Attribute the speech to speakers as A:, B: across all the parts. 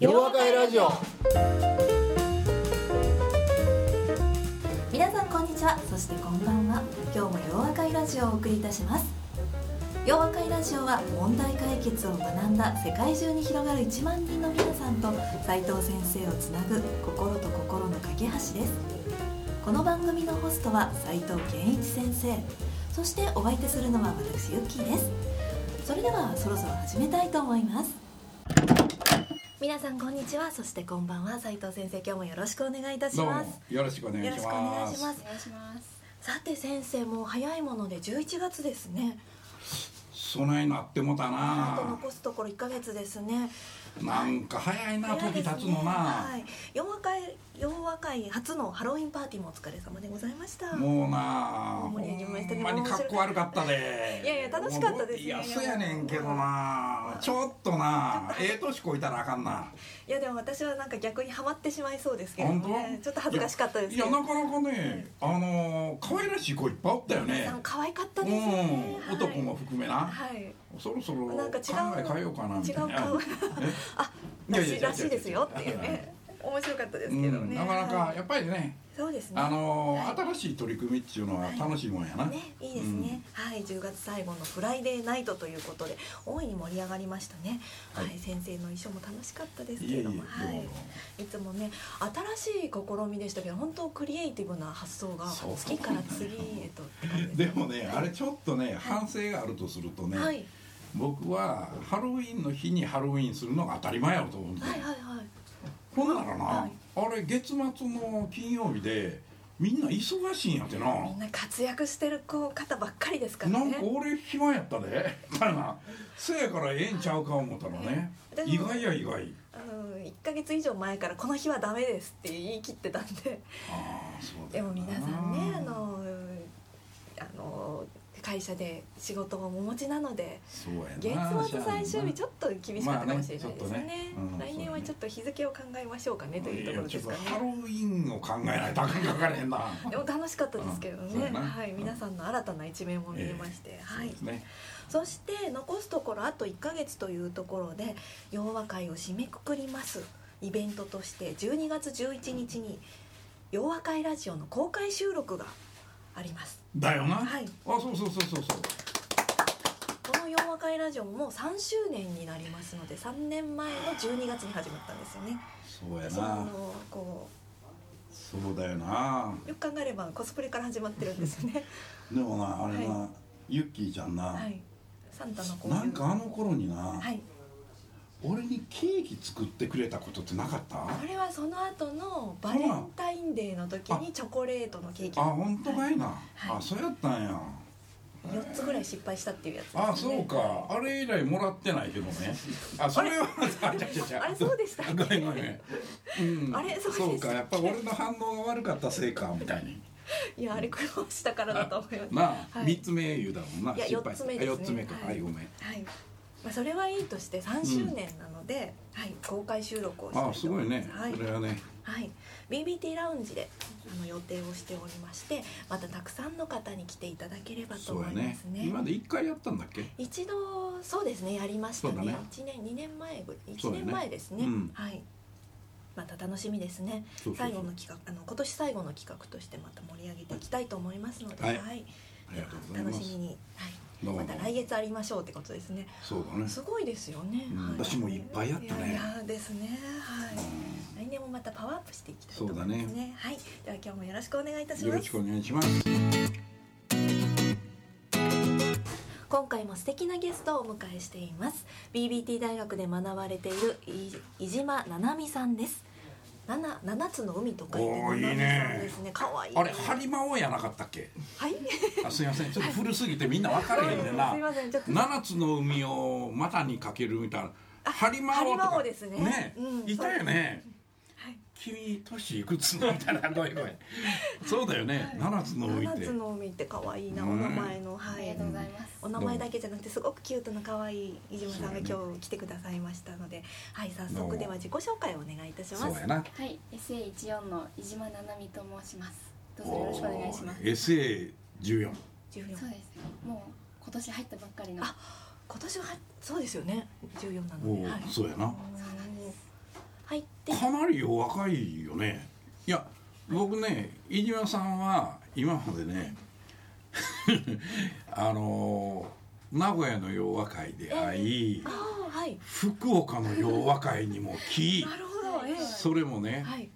A: 夜和会ラジオ
B: 皆さんこんにちはそしてこんばんは今日も洋和会ラジオをお送りいたします洋和会ラジオは問題解決を学んだ世界中に広がる1万人の皆さんと斉藤先生をつなぐ心と心の架け橋ですこの番組のホストは斉藤健一先生そしてお相手するのは私ゆっきーですそれではそろそろ始めたいと思います皆さんこんにちはそしてこんばんは斉藤先生今日もよろしくお願いいたし
A: どう
B: ます
A: もよろしくお願い
B: よろ
A: し
B: しくお願
A: ま
B: い
A: す
B: します
C: お願いします。
B: さて先生もう早いもので11月ですね
A: そないなってもた
B: あと
A: な
B: 残すところ1ヶ月ですね
A: なんか早いな
B: 早い
A: 時
B: です
A: 経
B: ね
A: つのな
B: はい、洋和会洋和会初のハロウィンパーティーもお疲れ様でございました
A: もうなほ
B: ほんまに行きました
A: ん
B: ね
A: まにかっこ悪かったで
B: いやいや楽しかったですね
A: いやそうやねんけどなちょっとなええ年こいたらあかんない
B: やでも私はなんか逆にハマってしまいそうですけど
A: 本当
B: ねちょっと恥ずかしかったです
A: い
B: け
A: や
B: ど
A: いやなかなかねあの可愛らしい子いっぱいおったよね
B: 皆さん可愛かった
A: う
B: ですね、
A: ん男も含めな
B: はい
A: そろそろ
B: な
A: 考
B: んか違
A: え
B: う
A: 変えようかなみ
B: 違
A: たい
B: う顔
A: な
B: あ
A: いやい
B: ら
A: や
B: し
A: 違う
B: いらしいですよ
A: 違う
B: っ
A: 違う
B: ていうね面白かったです
A: う
B: けど
A: ん
B: ね
A: なかな
B: は
A: か
B: い
A: やっぱりね
B: そうですね
A: あの
B: はい
A: 新しい取り組みっていうのは楽しいもんやな、
B: ね、いいですね、はい10月最後のフライデーナイトということで大いに盛り上がりましたねはい、
A: はい
B: 先生の衣装も楽しかったです
A: いえいえ
B: け
A: ど
B: ど
A: う
B: も
A: も
B: はい、いつもね新しい試みでしたけど本当クリエイティブな発想が
A: そう
B: 次から次へとって感じ
A: ですもねあれちょっとね反省があるとするとね、
B: はい
A: 僕はハロウィンの日にハロウィンするのが当たり前やろと思うんで、
B: はいはいはい
A: ほんならな、
B: はい
A: あれ月末の金曜日でみんな忙しいんやってな
B: みんな活躍してる子方ばっかりですから
A: なん
B: ね
A: か俺暇やったで みたいなせやからええんちゃうか思ったらね
B: でも
A: 意外や意外
B: あの1ヶ月以上前からこの日はダメですって言い切ってたんで
A: ああそうだ
B: で
A: よ
B: も
A: な
B: 皆さんねあのあの会社で仕事もお持ちなので
A: そう
B: 月
A: やな
B: 末最終日ちょっと厳しかったかもしれな
A: まあねち
B: いですね,、
A: ょっとねうん
B: 来年はちょっと日付を考えましょうかねというところですかね
A: いやちょっとハロウィンを考えないとあかんかかれへんな
B: でも楽しかったですけど
A: うんそう
B: ね
A: や、な
B: はい、
A: うん
B: 皆さんの新たな一面も見えまして、はい
A: そうですね
B: そして残すところあと1ヶ月というところで洋和会を締めくくりますイベントとして12月11日に洋和会ラジオの公開収録があります
A: だよな、
B: はい
A: あそうそうそうそうそう
B: この洋和会ラジオももう3周年になりますので3年前の12月に始まったんですよね
A: そうや
B: そ
A: な
B: のこ
A: そうだよな
B: うよく考えればコスプレから始まってるんですよね
A: でもなあれな、
B: は
A: ユッキーちゃんな、
B: はいサンタの子
A: なんかあの頃にな、
B: はい
A: 俺にケーキ作ってくれたことってなかった
B: これはその後のバレンタインデーの時にチョコレートのケーキ
A: あ本当かいな、
B: はい
A: あそうやったんや
B: 4つぐらい失敗したっていうやつですね、
A: あそうかあれ以来もらってないけどねあそれはあれ
B: あれそうでしたっけ
A: ごめんごめん、うん、
B: あれそうでしたっ
A: そ
B: け
A: うかやっぱ俺の反応が悪かったせいかみたいに
B: いやあれ苦労したからだと思います
A: まあ、
B: はい
A: 三つ目言うだもんない
B: や
A: 失敗
B: 四つ目ですね
A: あ四つ目か
B: はい
A: はいごめん
B: はい、まあ、それはいいとして3周年なので、はい、公開収録をしたいと
A: あ
B: 思
A: すごいね
B: ますはい
A: それはね
B: はい、BBT ラウンジであの予定をしておりましてまたたくさんの方に来ていただければと
A: そう
B: 思
A: や
B: いま
A: ね
B: すね
A: 今まで一回やったんだっけ
B: 一度そうですねやりました
A: そうだ
B: ね
A: ね
B: 一年二年前ぐらい
A: そ
B: 1
A: うだね
B: 年前ですね
A: うん
B: はいまた楽しみですね
A: そうそうそう
B: 最後の企画あの今年最後の企画としてまた盛り上げていきたいと思いますので
A: は
B: はいい、
A: ありがとうございま
B: 楽
A: す
B: しみに、
A: どうも
B: はい、また来月ありましょうってことですね
A: そうだね
B: すごいですよね、
A: うん
B: はい
A: 私もいっぱいやったね
B: いやいやですねはい来年もまたパワーアップしていきたいと思いますね
A: そうだ
B: はいでは今日もよろしくお願いいたし
A: よ
B: ま
A: ろ
B: す
A: しくお願いします
B: 今回も素敵なゲストをお迎えしています BBT 大学で学ばれているい飯島七海さんです七七つの海と書いて
A: おーい
B: 七
A: い
B: 海
A: ね
B: さんですね可愛い
A: あれハリマ王やなかったっけ
B: はい
A: あすいませんちょっと古すぎてみんな分かれへんねん
B: すい
A: な
B: ませんちょっと
A: 七つの海を股にかけるみたいなハリマ王と
B: ハリマ
A: か
B: 王ですねうん
A: いたよね
B: はい
A: 君年いくつのみたいな声声そうだよね七つの海っ
B: 七
A: て
B: つの海って可愛いなお
A: ね
B: 名前のは
C: ありが
B: い
C: とうございます。
B: お名前だけじゃなくてすごくキュートな可愛い飯島さんが
A: そうだ
B: 今日来てくださいましたのではい早
A: どうも
B: 速では自己紹介をお願いいたし
A: そ
B: ま
A: う
B: す
A: やな
C: はい、SA14 の飯島七海と申します。どうぞよろしくお願いします。
A: SA14
B: 14
C: そうです。もう今年入ったばっかりの。
B: あ今年はそうですよね14な
A: お
B: の
A: お、
B: ではい
A: そうやな
B: そうなんです
C: 入って
A: かなりお若いよねいや僕ね飯島さんは今までね あの名古屋の洋和会で会い
B: ああはい
A: 福岡の洋和会にも来
B: なるほどええ
A: それもね
B: はい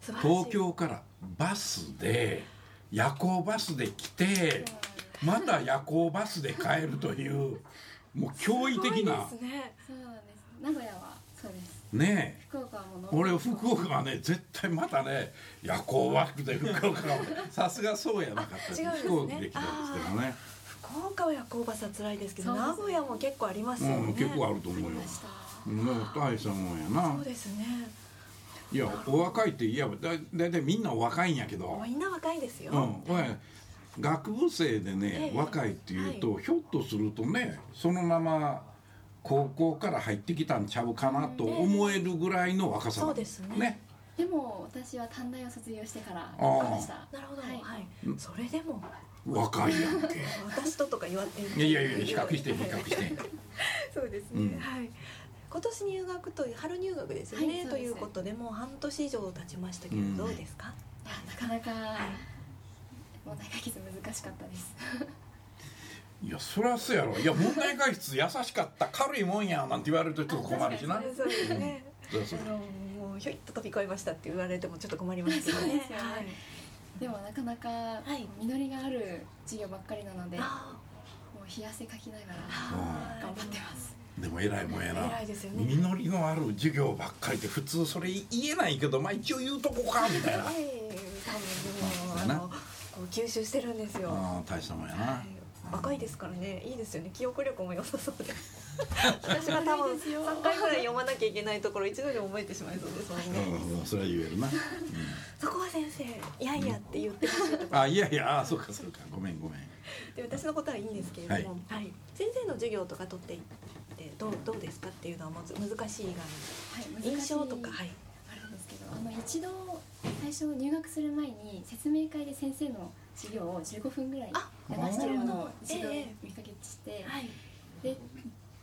B: 素晴らしい
A: 東京からバスで夜行バスで来てまた夜行バスで帰るというもう驚異的 な
B: すごいですね
C: そうなんです名古屋はそうです
A: ねえ
C: 福岡はもうのんびり
A: 俺福岡はね絶対またね夜行ワークで福岡はさすがそうやなかった
B: あ違うんですね
A: 飛行機で来たんですけどね
B: 福岡は夜行バスは辛いですけど
C: そうです
B: 名古屋も結構ありますよ
A: うん
B: ね
A: 結構あると
C: あ
A: 思
C: り
A: うよ
C: ました
A: うんだから大したもんやな
B: そうですね
A: いやお若いっていやだだいたいみんなお若いんやけど
B: もうみんな若いですよ、
A: うん俺学部生でね、
B: ええ
A: 若いっていうと、ひょっとするとねそのまま高校から入ってきたんちゃうかなと思えるぐらいの若さだ
B: そうですね
A: ね
C: でも私は短大を卒業してから
A: あー
C: でした
B: なるほどは、
C: はいい
B: それでも
A: 若いやんけ
B: 私ととか言われて
A: いやいやいや比較して比較して。
B: そうですね、
A: うん
B: はい今年入学という春入学ですよね、
C: はいそうです
B: ということでもう半年以上経ちましたけど、
A: うん
B: どうですか
C: いやなかなか問題解決難しかったです
A: いやそりゃそうやろいや問題解決優しかった軽いもんやなんて言われるとちょっと困るしな
C: あ
B: そうですね
A: そりゃそう
B: あ
A: や
B: のもうひょいっと飛び越えましたって言われてもちょっと困りますよね
C: そうですよね
B: はい
C: でもなかなか
B: い
C: 実りがある授業ばっかりなので、
B: あ
C: もう冷や汗かきなが
B: あ
C: ら頑張ってます。
A: でも偉いもんやな
B: 偉いですよね
A: 実りのある授業ばっかりで普通それ言えないけどまあ一応言うとこかみたいな
B: は
A: あ
B: い多分もうあ
A: な
B: のこう吸収してるんですよ
A: あ大したもんやな
B: はい若いですからねいいですよね記憶力も良さそう で私が多 分3回ぐらい読まなきゃいけないところ一度で覚えてしまいそうですもんね
A: うんうんそれは言えるな、
B: そこは先生いやいやって言ってほしいと
A: うん、あいやいやあそうかそうかごめんごめん
B: で私のことはいいんですけれども、はい先生の授業とか取っていってどうどうですかっていうのはまず難しい以
C: はい、
B: 外に印象とか
C: 難し
B: はいい
C: あるんですけど、あの一度最初入学する前に説明会で先生の授業を15分ぐらい
B: あ
C: 流してるのを
B: ええ
C: 一度
B: ええ
C: 見かけして、
B: はい
C: で、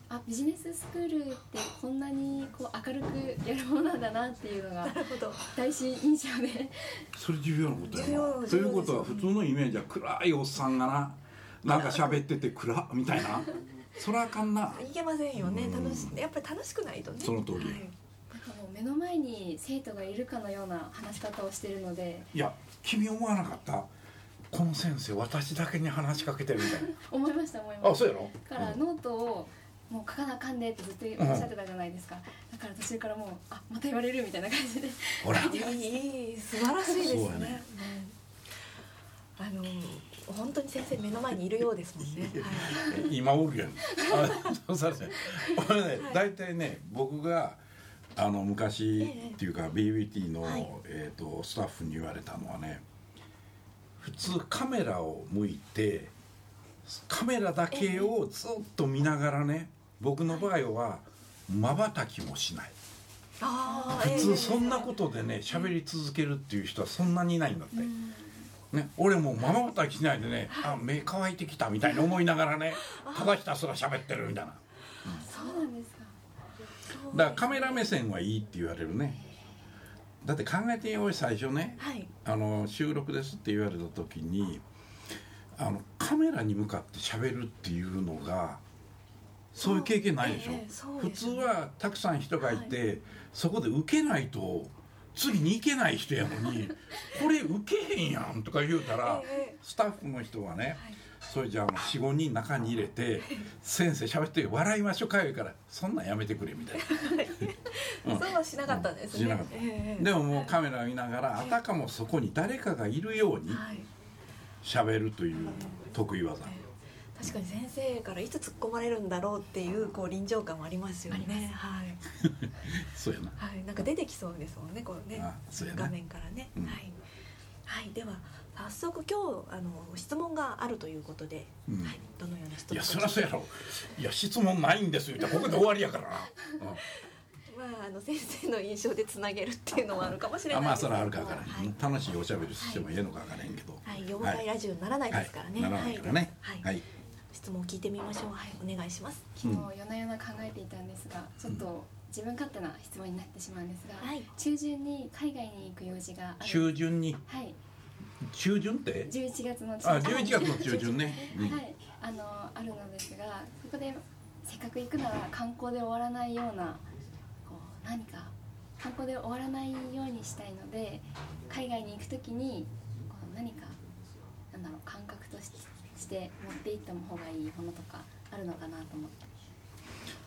C: あビジネススクールってこんなにこう明るくやるものなんだなっていうのが
B: なるほど
C: 第一印象で、
A: それ重要なこと
B: 重
A: や
B: 要
A: なということは普通のイメージは暗いおっさんがななんか喋ってて暗っみたいなそりゃあかんない
B: けませんよね
A: うん
B: 楽しやっぱり楽しくないとね
A: その通り
B: はい
C: なんかもう目の前に生徒がいるかのような話し方をしてるので、
A: いや君思わなかったこの先生私だけに話しかけてるみたい
C: 思いました思いま
A: な
C: した。
A: あそうやろ
C: だからノートをもう書かなあかんでってずっとおっしゃってたじゃないですか、だから途中からもうあまた言われるみたいな感じで
A: ほら
B: いいいい素晴らしいです
A: そう
B: ね
A: やね
B: うんあの本当に先生目の前にいるようですもんね、はい
A: 今おるやんあそうされて俺ね大体ね僕があの昔
B: ええ
A: っていうか BBT の、
B: はい
A: えー、とスタッフに言われたのはね普通カメラを向いてカメラだけをずっと見ながらね僕の場合はまばたきもしない
B: あ
A: 普
B: ーええ
A: 通そんなことでね喋り続けるっていう人はそんなにいないんだって。ね、俺もまばたきしないでね、あ目乾いてきたみたいに思いながらねただひたすら喋ってるみたいな
C: そうなんですか
B: そう
A: だからカメラ目線はいいって言われるねだって考えてよい最初ね
B: はい
A: あの収録ですって言われた時にあのカメラに向かって喋るっていうのがそういう経験ないでしょ、
B: ええそう
A: 普
B: です
A: 通
B: ね
A: はたくさん人がいて、そこで受けないと次に行けない人やの にこれ受けへんやんとか言うたら、
B: ええ
A: スタッフの人はね、それじゃあもう45人中に入れて「先生喋って笑いましょうか」言うから「そんなんやめてくれ」みたいな。うん
B: そうはしなかったんですね、
A: しなかった
B: ええ
A: でももうカメラ見ながらあたかもそこに誰かがいるように
B: はい
A: 喋るという得意技
B: 確かに先生からいつ突っ込まれるんだろうっていうこう臨場感もありますよねはい、
A: そうやな
B: はい、なんか出てきそうですもんねこうね
A: あそうやね
B: 画面からね、
A: うん
B: はい、はい、では早速今日あの質問があるということで、
A: うん
B: はい、どのような質問
A: いや
B: か
A: そりゃそうやろいや質問ないんですよここで終わりやからな、
B: まあ、あの先生の印象でつなげるっていうのもあるかもし
A: う
B: れ
A: ん、あ
B: ない
A: まあ
B: です
A: そ
B: けど
A: れはあるかわから
B: は
A: へん
B: い、
A: 楽しいおしゃべりしてもええのかわからへんけど
B: はい、妖怪ラジオにならないですからね、
A: は
B: はいい、
A: ならないからね
B: はい
A: はい
B: 質問を聞いてみましょうはいお願いします
C: 昨日夜な夜な考えていたんですがちょっと自分勝手な質問になってしまうんですが、
D: はい
C: 中旬に海外に行く用事がある
A: 中旬に
C: はい
A: 中旬って
C: 11月の中
A: あ11月 の中旬ね、う
C: は
A: ん、
C: い、あのあるのですがそこでせっかく行くなら観光で終わらないようなこう何か観光で終わらないようにしたいので海外に行く時にこう何かなんだろう感覚としして持って行った方がいいものとかあるのかなと思って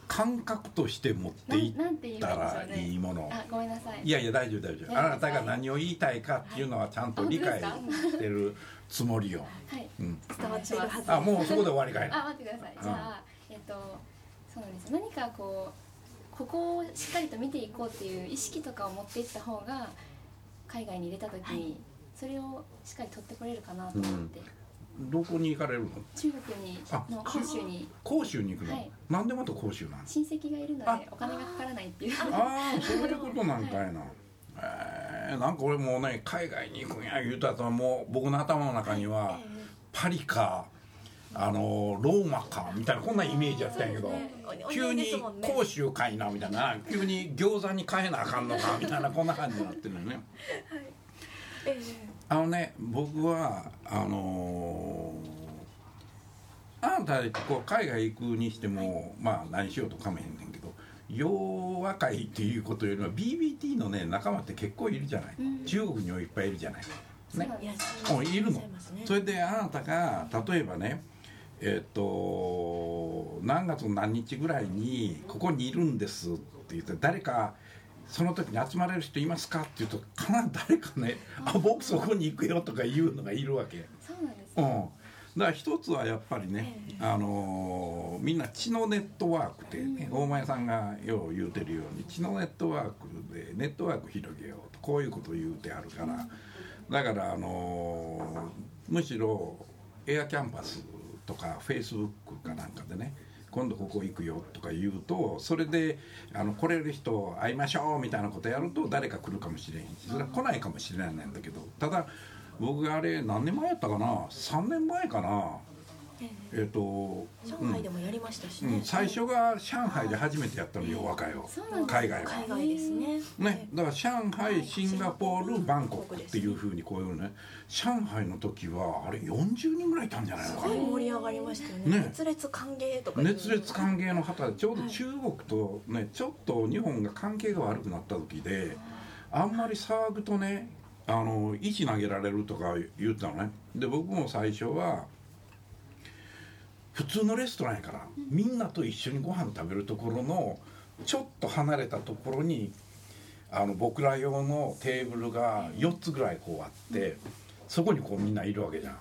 A: 感覚として持ってい
C: な
A: っ
C: んて言うんで
A: た
C: しょ
A: ら
C: うね
A: いいもの
C: あごめんなさい
A: いやいや大丈夫大丈夫あなたが何を言いたいかっていうのはちゃんと理解
C: あ本当
A: してるつもりよ、
C: はい
A: うん、
C: 伝わってるはず
A: あもうそこで終わりかいな
C: あ待ってくださいじゃあ、えっとそうなんです何かこうここをしっかりと見ていこうっていう意識とかを持っていった方が海外に出た時に、それをしっかり取ってこれるかなと思って、
A: どこに行かれるの
C: 中国に
A: あ
C: の
A: 中
C: 杭州に
A: 甲州に行くの、
C: はい
A: なんでまた甲州なん
C: 親戚がいるの
A: あ
C: でお金がかからないっていう
A: ああそういうことなんかいな、えーなんか俺もうね海外に行くんや言うたともう僕の頭の中にはパリかあのローマかみたいなこんなイメージやったんやけど、急に甲州かいなみたいな急に餃子に変えなあかんのかみたいなこんな感じになってるよね。あのね僕はあのーあなたこう海外行くにしても、まあ何しようとかめへんねんけど洋和会っていうことよりは BBT のね仲間って結構いるじゃない、
C: うん
A: 中国にはいっぱいいるじゃない、
C: そうなんです
A: もういるのそ
D: れ
A: れであなたが例えばねえっ、と何月の何日ぐらいにここにいるんですって言って誰かその時に集まれる人いますかって言うと必ず誰かね「あ僕そこに行くよ」とか言うのがいるわけ。
C: そうなんです
A: うん、
C: ね、
A: だから一つはやっぱりね、あのーみんな血のネットワークってね、大前さんがよう言うてるように血のネットワークでネットワーク広げようとこういうこと言うてあるからだから、あのーむしろエアキャンパスとかフェイスブックかなんかでね今度ここ行くよとか言うとそれであの来れる人会いましょうみたいなことやると誰か来るかもしれへんしそれは来ないかもしれないんだけどただ僕があれ何年前やったかな3年前かなえっ、と、
D: 上
A: うん
D: 海でもやりましたし
A: う
D: ね
A: ん、最初が上海で初めてやったのよ和歌を
C: そうなんです
A: 海外は
D: 海。外ですね
A: ね、だから上
D: はい
A: 海シンガポールバンコクって
D: シ
A: いう
D: ンガポール
A: ふうにこういうね上海の時はあれ40人ぐらいいたんじゃないの
D: すご
A: かない
D: 盛り上がりましたよね
A: ね
D: 熱烈歓迎とか
A: 熱烈歓迎の旗でちょうど中国とねちょっと日本が関係が悪くなった時であんまり騒ぐとねあの石投げられるとか言ってたのねで僕も最初は普通のレストランやからみんなと一緒にご飯食べるところのちょっと離れたところにあの僕ら用のテーブルが4つぐらいこうあってそこにこうみんないるわけじゃん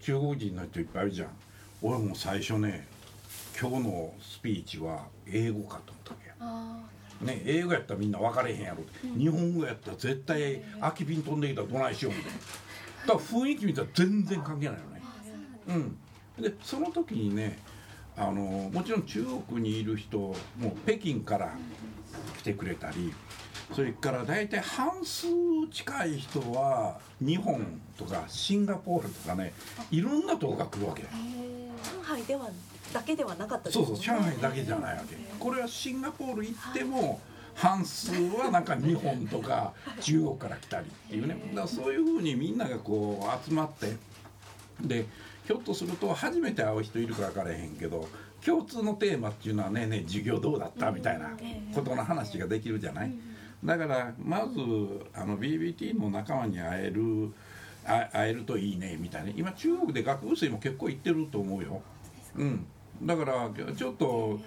A: 中国人の人いっぱいいるじゃん俺も最初ね今日のスピーチは英語かと思ったわけや
C: あ
A: ね、英語やったらみんな分かれへんやろ、日本語やったら絶対空き瓶飛んできたらどないしようみたいなだから雰囲気見たら全然関係ないよね
C: ーあーそうなんです
A: うん、でその時にねあのもちろん中国にいる人も北京から来てくれたりそれから大体半数近い人は日本とかシンガポールとかねいろんなとこが来るわけ
C: へー
D: 上海ではだけではなかったです
A: そ
D: も
A: うんそ
D: ね
A: う上海だけじゃないわけこれはシンガポール行っても半数はなんか日本とか中国から来たりっていうねだからそういうふうにみんながこう集まってでひょっとすると初めて会う人いるか分からへんけど共通のテーマっていうのはねえねえ授業どうだったみたいなことの話ができるじゃないだからまずあの BBT の仲間に会えるあ会えるといいねみたいな今中国で学部生も結構行ってると思うようんだからちょっと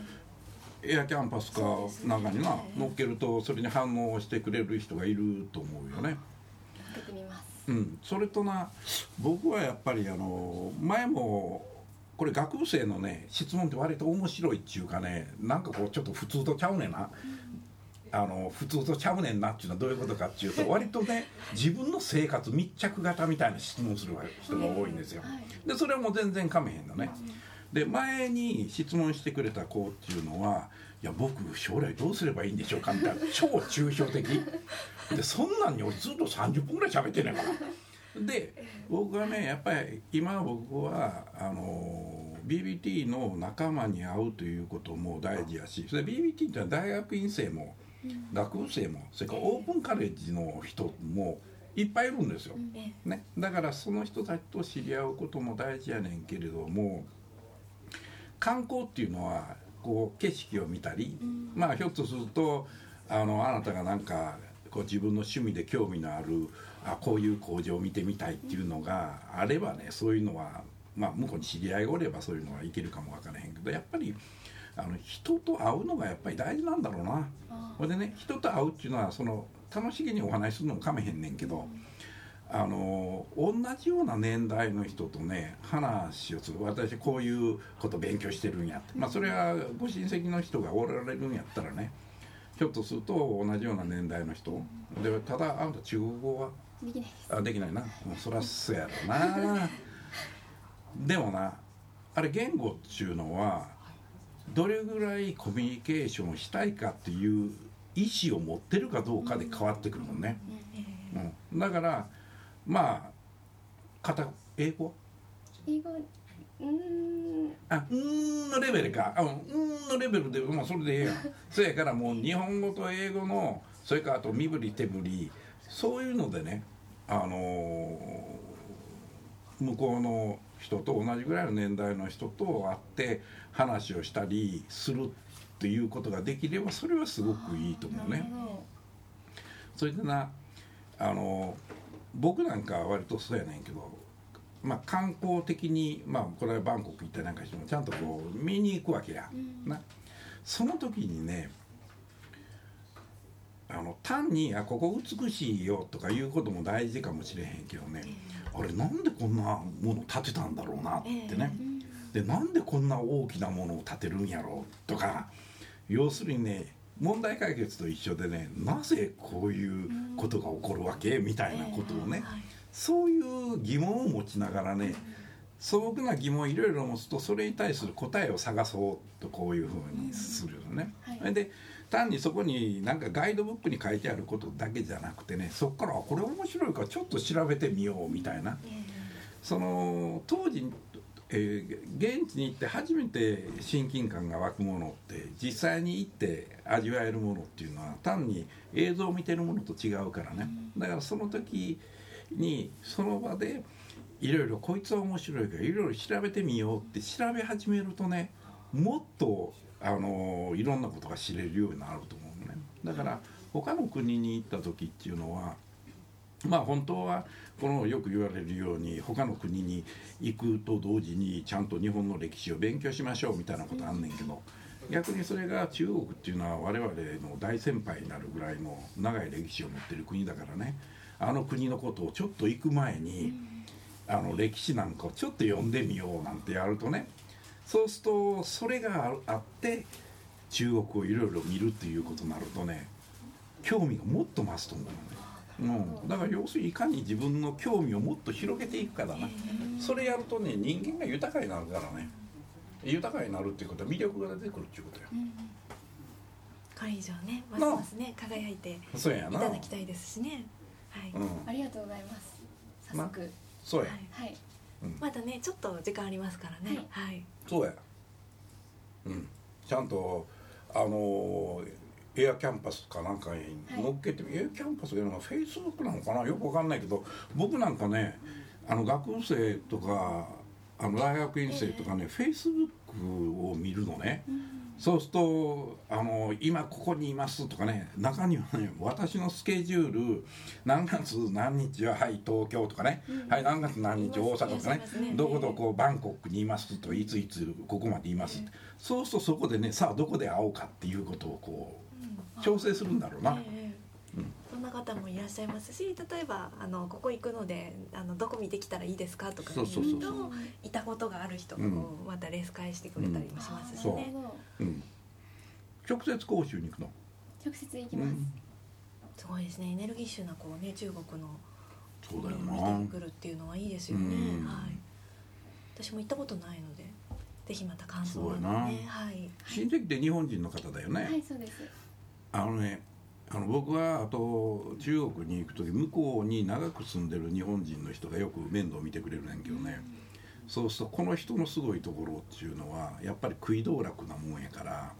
A: エアキャンパスかなんかにな乗っけるとそれに反応してくれる人がいると思うよね、
C: やってみます
A: うん、それとな僕はやっぱりあの前もこれ学部生のね質問って割と面白いっていうかねなんかこうちょっと普通とちゃうねんな、あの普通とちゃうねんなっていうのはどういうことかっていうと割とね自分の生活密着型みたいな質問する人が多いんですよ。
C: はい
A: でそれはもう全然かめへんのね。で前に質問してくれた子っていうのは「いや僕将来どうすればいいんでしょうか」みたいな超抽象的でそんなんに俺ずっと30分ぐらい喋ってないからで僕はねやっぱり今僕はあの BBT の仲間に会うということも大事やしそれ BBT ってのは大学院生も学部生もそれからオープンカレッジの人もいっぱいいるんですよ。
C: うん
D: え
A: ね、だからその人たちと知り合うことも大事やねんけれども観光っていうのはこう景色を見たり、まあひょっとするとあのあなたがなんかこう自分の趣味で興味のあるあこういう工場を見てみたいっていうのがあればねそういうのは、まあ、向こうに知り合いがおればそういうのはいけるかもわからへんけどやっぱりあの人と会うのがやっぱり大事なんだろうな。
C: あ
A: ほんでね人と会うっていうのはその楽しげにお話しするのもかめへんねんけど。あの同じような年代の人とね話をする私こういうこと勉強してるんやって、まあ、それはご親戚の人がおられるんやったらねひょっとすると同じような年代の人でただあんた中国語は
C: できないです
A: あできないなうんそりゃそうやろなでもなあれ言語っちゅうのはどれぐらいコミュニケーションをしたいかっていう意思を持ってるかどうかで変わってくるもんね、うん、だからまあ片英語
C: 英語うーん
A: あうーんのレベルかあうんうーんのレベルでもうそれでええや んそやからもう日本語と英語のそれからあと身振り手振りそういうのでねあのー向こうの人と同じぐらいの年代の人と会って話をしたりするっていうことができればそれはすごくいいと思うね。
C: なるほ
A: それでなあの僕なんかは割とそうやねんけど、まあ、観光的に、まあ、これはバンコク行ったりなんかしてもちゃんとこう見に行くわけや、
C: うん
A: なその時にねあの単にあ「ここ美しいよ」とかいうことも大事かもしれへんけどね、あれなんでこんなもの建てたんだろうなってね、
C: どうん
A: でなんでこんな大きなものを建てるんやろうとか要するにね問題解決と一緒でねなぜこういうことが起こるわけみたいなことをねそういう疑問を持ちながらね素朴な疑問をいろいろ持つとそれに対する答えを探そうとこういうふうにするよね。
C: うん
A: それで単にそこになんかガイドブックに書いてあることだけじゃなくてねそこからあこれ面白いからちょっと調べてみようみたいな。その当時、えー現地に行って初めて親近感が湧くものって実際に行って味わえるものっていうのは単に映像を見てるものと違うからねだからその時にその場でいろいろこいつは面白いからいろいろ調べてみようって調べ始めるとねもっとあのいろんなことが知れるようになると思うのねだから他の国に行った時っていうのはまあ本当はこのよく言われるように他の国に行くと同時にちゃんと日本の歴史を勉強しましょうみたいなことあんねんけど逆にそれが中国っていうのは我々の大先輩になるぐらいの長い歴史を持ってる国だからねあの国のことをちょっと行く前にあの歴史なんかをちょっと読んでみようなんてやるとねそうするとそれがああって中国をいろいろ見るっていうことになるとね興味がもっと増すと思うのね。うん、だから要するにいかに自分の興味をもっと広げていくかだな、それやるとね人間が豊かになるからね豊かになるっていうことは魅力が出てくるっていうことや、
C: うん
D: 会場ねますますね輝いてい
A: そうや
D: た
A: な
D: だきたいですしねはい、
A: うん
C: ありがとうございます早
A: ま
C: 速、
A: そう
D: は
A: や、
D: い、
C: はい
D: まだねちょっと時間ありますからねはい、
A: そうやうんちゃんとあのーエアキャンパスかなんかに乗っけて、エアキャンパスというのはフェイスブックなのかなよくわかんないけど僕なんかねあの学部生とかあの大学院生とかね、フェイスブックを見るのね、そうするとあの「今ここにいます」とかね中にはね「私のスケジュール何月何日ははい東京」とかね「はい何月何日大阪」とか
D: い
A: ね
D: ますね
A: どこどこバンコクにいます」と「いついつここまでいます」ってそうするとそこでねさあどこで会おうかっていうことをこう調整するんだろうな。
D: ええそんな方もいらっしゃいますし例えばあのここ行くのであのどこ見てきたらいいですかとか
A: そうそうそう
D: 聞くといたことがある人がこうまたレース返してくれたりもしますし
A: そう
D: ね、
C: なるほど
A: うん直接講習に行くの、
C: 直接行き
A: う
C: ます、
A: ん、
D: すごいですねエネルギッシュなこうね中国の
A: そうだよ
D: 見
A: な
D: てくるっていうのはいいですよね
A: うん
D: はい私も行ったことないのでぜひまた感想
A: そう
D: を
A: や
D: ね
A: な
D: はい
A: 親戚って日本人の方だよね、
C: はいそうです
A: あのねあの僕はあと中国に行く時向こうに長く住んでる日本人の人がよく面倒見てくれるねんけどねそうするとこの人のすごいところっていうのはやっぱり食い道楽なもんやから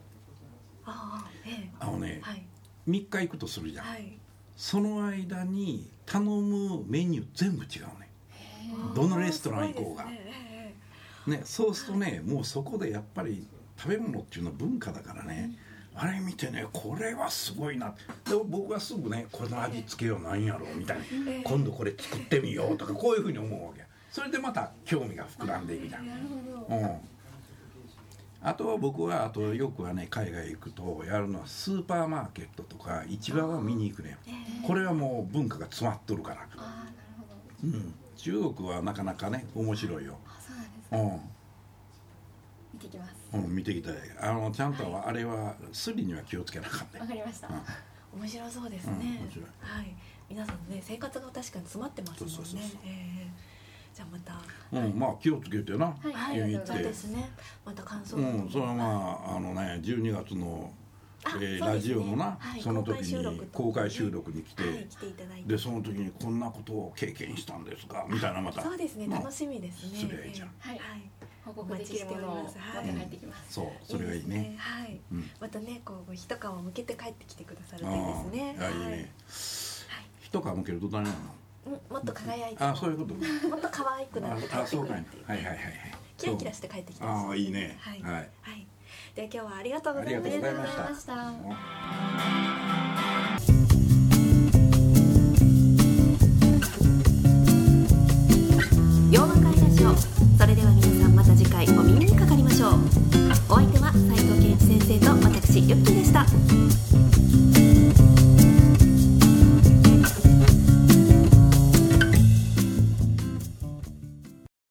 B: ああえ
A: あのね
B: え、はい
A: 3日行くとするじゃん、
B: はい
A: その間に頼むメニュー全部違うね
C: へ
A: どのレストラン行こうが
B: ああすごいですねええええ
A: ねそうするとねもうそこでやっぱり食べ物っていうのは文化だからね、あれ見てねこれはすごいなで僕はすぐねこの味付けようなんやろうみたいな
B: ええ
A: 今度これ作ってみようとかこういうふうに思うわけそれでまた興味が膨らんでいくじゃん
C: えなるほ
A: う
C: ど
A: ん、あとは僕はあとよくはね海外行くとやるのはスーパーマーケットとか市場は見に行くねこれはもう文化が詰まっとるから、
C: ああなるほど
A: うん、中国はなかなかね面白いよ、
C: あそうなん
A: う
C: ですね
A: ん
C: 見てきます
A: うん、見てきたいあのちゃんとはあれはスリには気をつけなかったよ
C: わかりました
A: うん
B: 面白そうです
A: うん
B: ね
A: 面白い。
B: はい、皆さんね、生活が確かに詰まってますもんね
A: そうそうそうそう。
B: ええじゃあまた、
A: うん、まあ気をつけてな、
C: はいいありがと
B: そう
C: ござい
B: で
C: ます
B: すね。また感想
A: う
B: なども。
A: ん、それはまああのね12月の、
B: あそう
A: え
B: です
A: ー
B: ね
A: ラジオのな、
B: はい
A: その時に公開収
B: と
A: 録に来て、
B: かねはい、来ていただいて。
A: でその時にこんなことを経験したんですがみたいなまた
B: そうですね、
A: ん
B: 楽しみですね。
A: すりゃいいじゃん
B: は
C: はい
B: い。
C: 報告できるものをまた帰ってきます
A: そうそれがいいね
B: ですはい。
A: うん
B: またね、こう一皮向けて帰ってきてくださる
A: あ
B: といいですね。
A: あいい
B: はい。
A: ね一皮向けると誰なの
B: うんもっと輝いて。
A: あそういうこと
B: もっと可愛くなって帰
A: あ
B: っ
A: あ
B: て
A: そ
B: く
A: う
B: る
A: かい
B: っ
A: な
B: ていう。
A: はいはいはいはい
B: キラキラして帰ってきてほし
A: ああいいね
B: はい。は。
A: はいい
B: では今日はありがとうございました。
A: ありがとうございま
C: あ
A: し
C: り
A: た
C: がとうございました
E: 洋和会ラジオそれでは皆さんまた次回お耳にかかりましょうお相手は斉藤健一先生と私ゆっきーでした